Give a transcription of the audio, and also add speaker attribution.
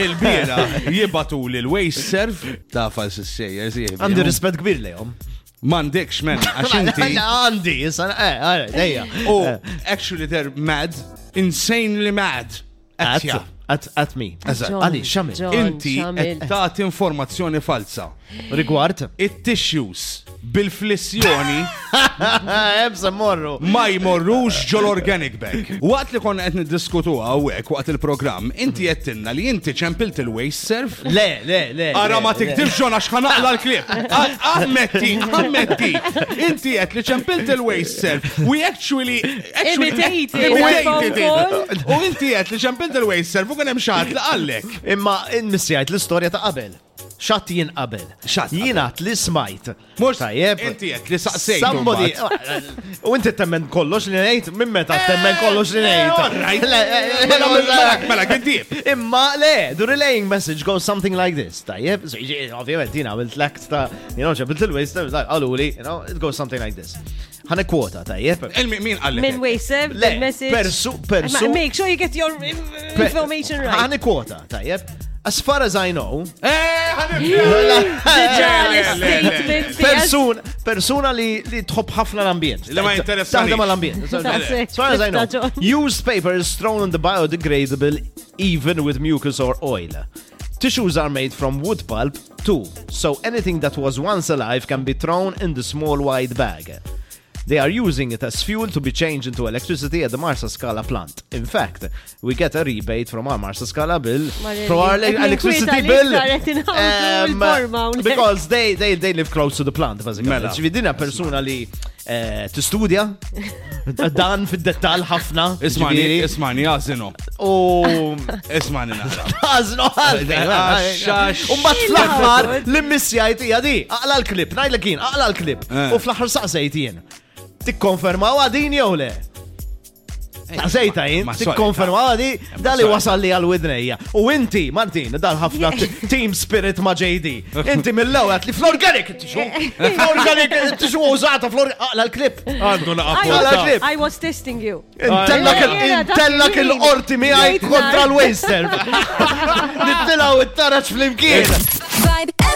Speaker 1: il-bira jibatu li l-waste surf ta' fals il-sejjer zieħ.
Speaker 2: Għandi rispett kbir lejhom.
Speaker 1: Mandekx men, għaxinti.
Speaker 2: Għandi, jisa, eh, għara, dejja.
Speaker 1: U Oh, actually they're mad, insanely mad.
Speaker 2: At,
Speaker 1: Attja.
Speaker 2: at, at me.
Speaker 1: Eżatt.
Speaker 2: Għali, xamil.
Speaker 3: John,
Speaker 1: Inti
Speaker 3: xamil.
Speaker 1: qed tagħti informazzjoni falsa.
Speaker 2: Rigward.
Speaker 1: It-tissues bil-flessjoni
Speaker 2: Ebsa morru.
Speaker 1: ma jmorrux ġol organic bag. Waqt li konna qed niddiskutu hawnhekk waqt il-programm, inti qed tinna li inti ċempilt il-waste surf
Speaker 2: Le, le, le.
Speaker 1: Ara
Speaker 2: le,
Speaker 1: ma
Speaker 2: le.
Speaker 1: tiktibx ġon għax ħanaqla l-klip. A- Ammetti, ammetti. Inti qed li ċempilt il-waste self. We actually actually-
Speaker 3: Imitated it.
Speaker 1: imitated
Speaker 3: Phone
Speaker 1: it. U inti qed li ċempilt il-waste self u kien hemm xaħat li qallek.
Speaker 2: Imma missijajt l-istoria ta' qabel. Xatt jien qabel.
Speaker 1: Xatt qabel.
Speaker 2: Jien għat li smajt.
Speaker 1: Mux,
Speaker 2: Tajjeb.
Speaker 1: inti qed li saqsejt.
Speaker 2: طيب. Somebody.
Speaker 1: imbagħad.
Speaker 2: U inti temmen kollox li nejt? Min meta temmen kollox li
Speaker 1: Eh, إيه، all right.
Speaker 2: إيه،
Speaker 1: Mela, mela, mela,
Speaker 2: nejt?
Speaker 1: mela, għedib.
Speaker 2: Imma le, the relaying message goes something like this. Tajjeb, so jiġi, ovvijament, jina għamilt l-akt ta' you know, ġabilt il-waste, għalu li, you know, it goes something like this. Ħane kwota, tajjeb.
Speaker 1: Il-mi- Min qallek?
Speaker 3: Min wejseb,
Speaker 2: Le,
Speaker 3: message.
Speaker 2: persu- persu-
Speaker 3: Ma- Make sure you get your in- information right.
Speaker 2: Ħane kwota, tajjeb. As far as I know,
Speaker 1: Eh,
Speaker 3: Diġa
Speaker 1: Le, le, le, le.
Speaker 3: statement tiegħek.
Speaker 2: Persun, persuna li, li tħobb ħafna l-ambjent.
Speaker 1: Li ma jinteressanix.
Speaker 2: Taħdem għall-ambjent.
Speaker 3: Taħseb,
Speaker 2: As far as I know,
Speaker 3: taġon.
Speaker 2: used paper is thrown on the biodegradable even with mucus or oil. Tissues are made from wood pulp too, so anything that was once alive can be thrown in the small white bag. They are using it as fuel to be changed into electricity at the Marsa Scala plant. In fact, we get a rebate from our Marsa Scala bill,
Speaker 3: Marelli.
Speaker 2: from our
Speaker 3: Qed
Speaker 2: electricity
Speaker 3: ninkwieta li
Speaker 2: bill.
Speaker 3: iktar qed inħawdu
Speaker 2: Um,
Speaker 3: l-forma hawnhekk.
Speaker 2: Because Because they, they, they live close to the plant,
Speaker 1: Mela.
Speaker 2: bazzikament. Ġvidina persuna li eh, tistudja, dan fid-dettal ħafna.
Speaker 1: Ismani,
Speaker 2: ġifieri. Oh.
Speaker 1: ismani, għazinu.
Speaker 2: U.
Speaker 1: Ismani naħra.
Speaker 2: Għazno
Speaker 1: Għaxxax.
Speaker 2: Umbat fl-axħar l-immissjajt hija di. Aqla l-klip, najdlek jien, aqla l-klip.
Speaker 1: Eh.
Speaker 2: U fl-axħar saqsejt jien. Tikkonfermaw għadin jew le? Saqsejta
Speaker 1: Eh,
Speaker 2: jien,
Speaker 1: ma' Eh, solita.
Speaker 2: tikkonfermaw għadi, dali
Speaker 1: solita.
Speaker 2: wasal li għal-widnejja. U inti, Martin, dal ħafna t- team spirit ma' JD. Inti mill-lewet li fl-organic t-xu. Fl-organic t-xu użata fl-organic. Aqla l-klip.
Speaker 1: Għandu
Speaker 3: I
Speaker 2: Għala
Speaker 1: laqqa.
Speaker 2: klip.
Speaker 3: was- I was testing you.
Speaker 2: Intellak il-
Speaker 3: Jena, dak
Speaker 2: intellak
Speaker 3: il-min.
Speaker 2: il-qorti miħaj
Speaker 3: Late
Speaker 2: kontra
Speaker 3: night.
Speaker 1: Eh,
Speaker 2: l-waster. Nittilaw it-taraċ fl-imkien.
Speaker 4: Vibe